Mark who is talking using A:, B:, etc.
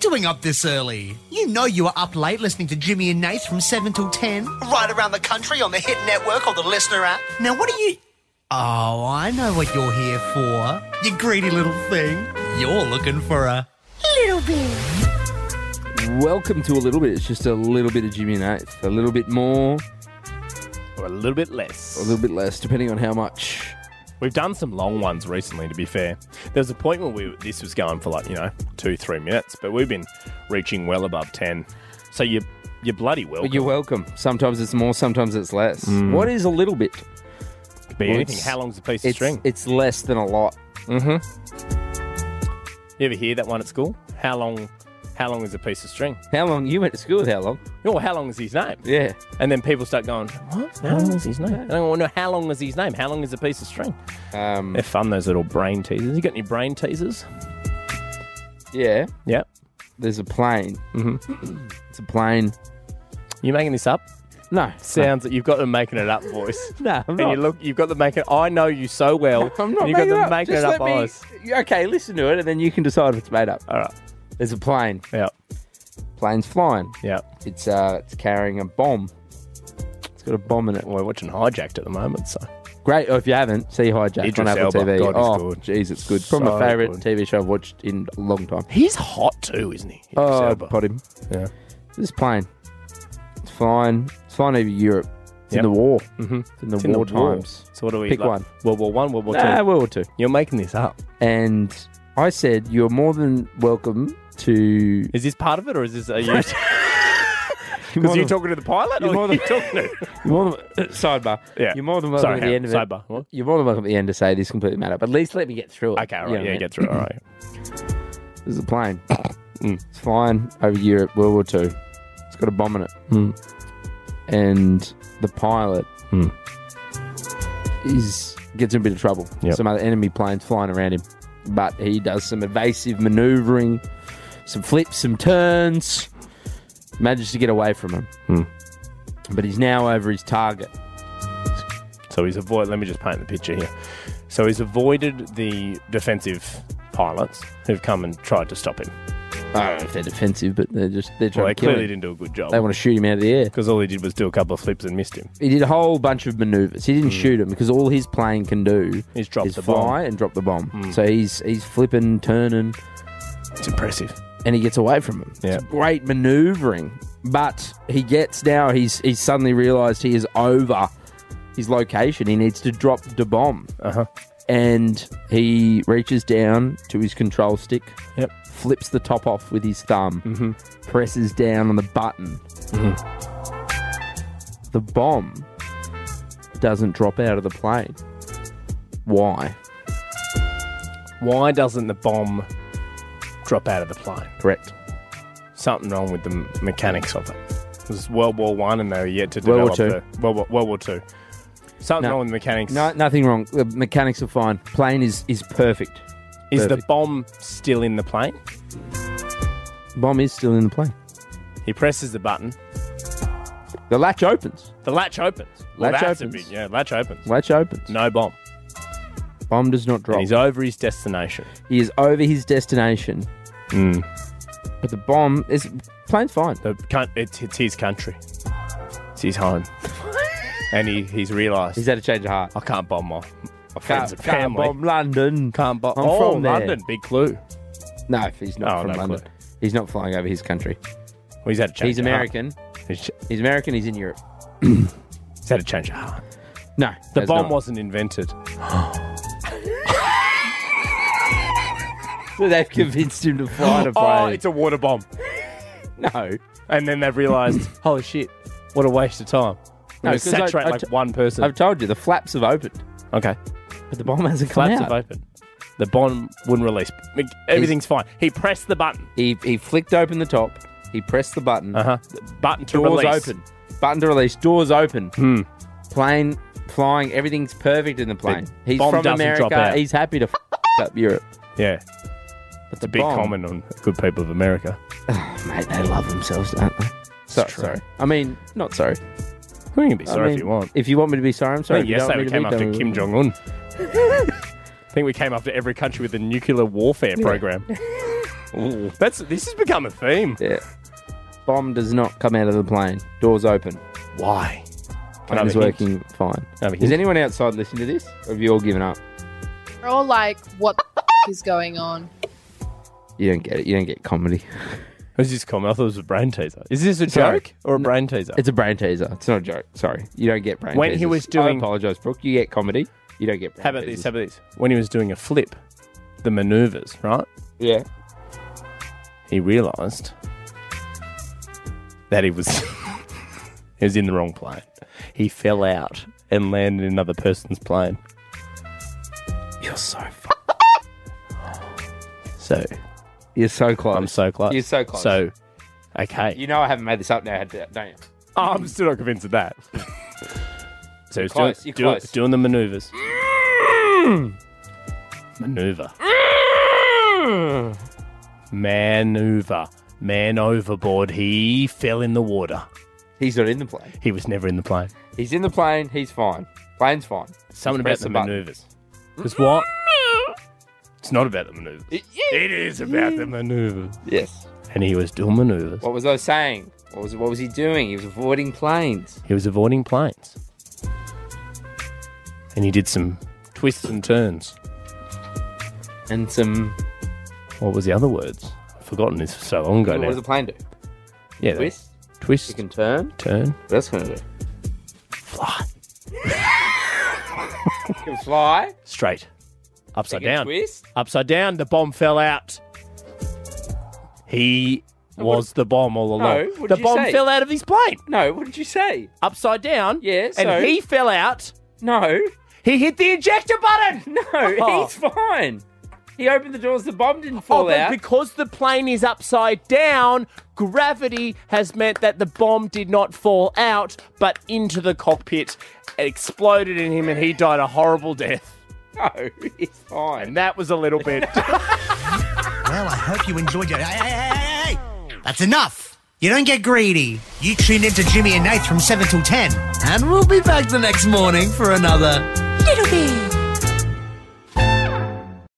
A: doing up this early? You know you were up late listening to Jimmy and Nath from 7 till 10.
B: Right around the country on the Hit Network or the Listener app.
A: Now, what are you. Oh, I know what you're here for. You greedy little thing. You're looking for a.
C: Little bit.
D: Welcome to a little bit. It's just a little bit of Jimmy and Nath, a little bit more,
E: Or a little bit less.
D: a little bit less, depending on how much.
E: We've done some long ones recently, to be fair. There was a point where we, this was going for like, you know, two, three minutes, but we've been reaching well above 10. So you, you're bloody welcome.
D: But you're welcome. Sometimes it's more, sometimes it's less.
E: Mm.
D: What is a little bit?
E: Could be
D: Well,
E: anything.
D: it's-
E: How long's a piece of
D: It's,
E: string?
D: it's less than a lot.
E: you ever hear that one at school? How long How long is a piece of string?
D: How long? You went to school with how long?
E: Or how long is his name?
D: Yeah.
E: And then people start going, what? How long is his name? And I want to know how long is his name? How long is a piece of string?
D: Um,
E: They're fun, those little brain teasers. You got any brain teasers?
D: yeah.
E: Yep.
D: There's a plane. Mm-hmm. It's a plane.
E: You making this up?
D: No.
E: Sounds that you've got the making it up voice.
D: No, I'm
E: And
D: not.
E: you look, you've got the making. I know you so well.
D: I'm not
E: and you've
D: making
E: got the
D: it up.
E: making
D: Just
E: it up
D: let me-
E: eyes.
D: Okay, listen to it, and then you can decide if it's made up.
E: All right.
D: There's a plane.
E: Yep.
D: Plane's flying.
E: Yep.
D: It's uh, it's carrying a bomb. It's got a bomb in it.
E: Well, we're watching Hijacked at the moment, so
D: Great. Or if you haven't, see Hijack
E: Idris
D: on Apple
E: Elba.
D: TV.
E: God, he's
D: oh,
E: good.
D: jeez, it's good. Probably
E: So
D: my favourite
E: good.
D: TV show I've watched in a long time.
E: he's hot too, isn't he? Idris
D: Oh,
E: Elba.
D: pot him.
E: Yeah.
D: This plane. It's flying. It's flying over Europe. It's
E: Yep.
D: in the war. Mm-hmm. It's in the
E: It's in
D: war
E: the war.
D: times.
E: So what do we
D: Pick
E: like,
D: one.
E: World War One, World War
D: Nah,
E: Two.
D: World War Two.
E: You're making this up.
D: And I said, "You're more than welcome to."
E: Is this part of it, or is this are you? Because
D: more
E: you
D: than-
E: talking to the pilot,
D: You're
E: or
D: more
E: you
D: than-
E: talking to?
D: You're more than, uh, sidebar.
E: Yeah.
D: You're more than welcome
E: Sorry,
D: at the
E: Hannah,
D: end of
E: sidebar.
D: it.
E: What?
D: You're more than welcome at the end to say this completely matter, but at least let me get through it.
E: Okay, all
D: You know what
E: right,
D: I
E: yeah,
D: mean?
E: get through. it, All right.
D: This is a plane. Mm. It's flying over Europe, World War Two. It's got a bomb in it,
E: Mm.
D: and the pilot is gets in a bit of trouble.
E: Yep.
D: Some other enemy planes flying around him, but he does some evasive manoeuvring, some flips, some turns, manages to get away from him.
E: Hmm.
D: But he's now over his target.
E: So he's avoid. Let me just paint the picture here. So he's avoided the defensive pilots who've come and tried to stop him.
D: I don't know if they're defensive, but they're just they're trying
E: Well, they
D: to kill
E: clearly
D: him.
E: didn't do a good
D: They
E: job
D: want to shoot him out of the air.
E: because all he did was do a couple of flips and missed him.
D: He did a whole bunch of maneuvers. He didn't shoot him because all his plane can do
E: Is drop
D: is
E: Hmm. the
D: fly
E: bomb. Hmm.
D: and drop the bomb. So he's he's flipping, turning,
E: It's impressive.
D: and he gets away from him.
E: Yeah.
D: It's great maneuvering, but he gets now. He's he's suddenly realised he is over his location. He needs to drop the bomb,
E: Uh-huh.
D: and he reaches down to his control stick.
E: Yep.
D: Flips the top off with his thumb, presses down on the button. Mm-hmm. The bomb doesn't drop out of the plane. Why?
E: Why doesn't the bomb drop out of the plane?
D: Correct.
E: Something wrong with the m- mechanics of it. It was World War One, and they were yet to
D: World
E: develop
D: War
E: the World War, World War Two. Something
D: No.
E: wrong with the mechanics.
D: No, nothing wrong. The mechanics are fine. Plane is is perfect.
E: Is the
D: perfect.
E: bomb still in the plane?
D: Bomb is still in the plane.
E: He presses the button.
D: The latch opens.
E: The latch opens. Well,
D: Latch
E: that's a
D: opens.
E: big- yeah, latch opens.
D: Latch opens.
E: No bomb.
D: Bomb does not
E: And
D: drop.
E: he's over his destination.
D: He is over his destination. But the bomb is plane's fine.
E: The coun- it's, it's his country. It's his home. and he, he's realised
D: He's had a change of heart.
E: I can't bomb my, my friends
D: Can't,
E: and
D: can't
E: family.
D: bomb London.
E: Can't bomb.
D: I'm
E: oh,
D: from there.
E: London. Big clue. Well,
D: No, if he's not
E: Oh,
D: from
E: no
D: London.
E: clue.
D: He's not flying over his country.
E: he's had a change.
D: He's
E: of heart.
D: American.
E: He's,
D: He's American. He's in Europe.
E: he's had a change of heart.
D: No,
E: The
D: has
E: bomb
D: not.
E: wasn't invented.
D: So they've convinced him to fly to
E: Oh,
D: plane.
E: it's a water bomb.
D: no,
E: And then they've realised, holy shit, what a waste of time.
D: No,
E: No,
D: 'cause I-
E: saturate
D: I
E: like
D: t-
E: one person.
D: I've told you the flaps have opened,
E: okay.
D: but the bomb hasn't come
E: Flaps
D: out.
E: have opened. The bomb wouldn't release. Everything's fine. He pressed the button.
D: He he flicked open the top. He pressed the button.
E: Uh huh. Button to
D: Doors
E: release.
D: Uh-huh. open. Button to release. Doors open. Plane flying. Everything's perfect in Hmm. the plane. He's
E: bomb
D: from
E: doesn't drop
D: America.
E: out.
D: He's happy to f- up Europe.
E: Yeah.
D: But the
E: Big
D: bomb,
E: comment on good people of America.
D: mate, they love themselves, don't they? So,
E: true.
D: sorry. I mean, not sorry.
E: We can be
D: I
E: sorry
D: mean,
E: if you want.
D: If you want me to be sorry, I'm sorry.
E: I
D: If
E: think
D: you don't
E: yesterday we
D: want me
E: came
D: to be,
E: after
D: don't-
E: Kim Jong Un. I think we came after every country with a nuclear warfare program. That's this has become a theme.
D: Yeah. Bomb does not come out of the plane. Doors open.
E: Why?
D: Plane is
E: Another hint.
D: working fine.
E: Another
D: Is
E: hint.
D: anyone outside listening to this? Or have you all given up?
C: We're all like, what the f- is going on?
D: You don't get it. You don't get comedy.
E: Who's this comment? I thought it was a brain teaser. Is this a
D: Sorry.
E: joke or a brain teaser?
D: It's a brain teaser. It's not a joke. Sorry. You don't get brain
E: When he
D: teasers.
E: was doing-
D: I apologise, Brooke. You get comedy. You don't get brain
E: how about
D: teasers.
E: this? How about this? When he was doing a flip, the maneuvers, right?
D: Yeah.
E: He realised that he was he was in the wrong plane. He fell out and landed in another person's plane.
D: You're so f-
E: So
D: You're so close.
E: I'm so close.
D: You're so close.
E: So okay.
D: You know I haven't made this up now, don't you?
E: Oh, I'm still not convinced of that. so he's
D: close,
E: doing,
D: you're
E: doing,
D: close. Mm.
E: doing the maneuvers. Maneuver. Maneuver. Man overboard. He fell in the water.
D: He's not in the plane.
E: He was never in the plane.
D: He's in the plane. He's fine. Plane's fine.
E: Something about
D: press
E: the
D: the button.
E: maneuvers. Because what? It's not about the maneuvers. It is about the maneuvers.
D: Yes.
E: And he was doing maneuvers.
D: What was I saying? What was what was he doing? He was avoiding planes.
E: He was avoiding planes. And he did some twists and turns.
D: And some.
E: What was the other words? I've forgotten this for so long ago
D: What
E: now.
D: does a plane do?
E: yeah, they-
D: Twist.
E: twist,
D: You can turn.
E: turn,
D: That's gonna do.
E: fly,
D: You can fly.
E: straight,
D: You
E: upside
D: can
E: down,
D: twist.
E: upside down. The bomb fell out. He was the bomb all along.
D: what
E: the
D: did you
E: bomb
D: say?
E: fell out of his plane,
D: No. What did you say?
E: upside down.
D: Yeah,
E: and
D: so-
E: he fell out.
D: No.
E: He hit the ejector button.
D: No.
E: Oh.
D: He's fine. He opened the doors. The bomb didn't fall
E: but
D: out.
E: because the plane is upside down, gravity has meant that the bomb did not fall out, but into the cockpit. It exploded in him, and he died a horrible death.
D: No. He's fine.
E: And that was a little bit.
A: Well, I hope you enjoyed your. Hey, hey, hey, hey, hey! That's enough! You don't get greedy. You tune in to Jimmy and Nate from 7 till 10. And we'll be back the next morning for another
F: Little bit.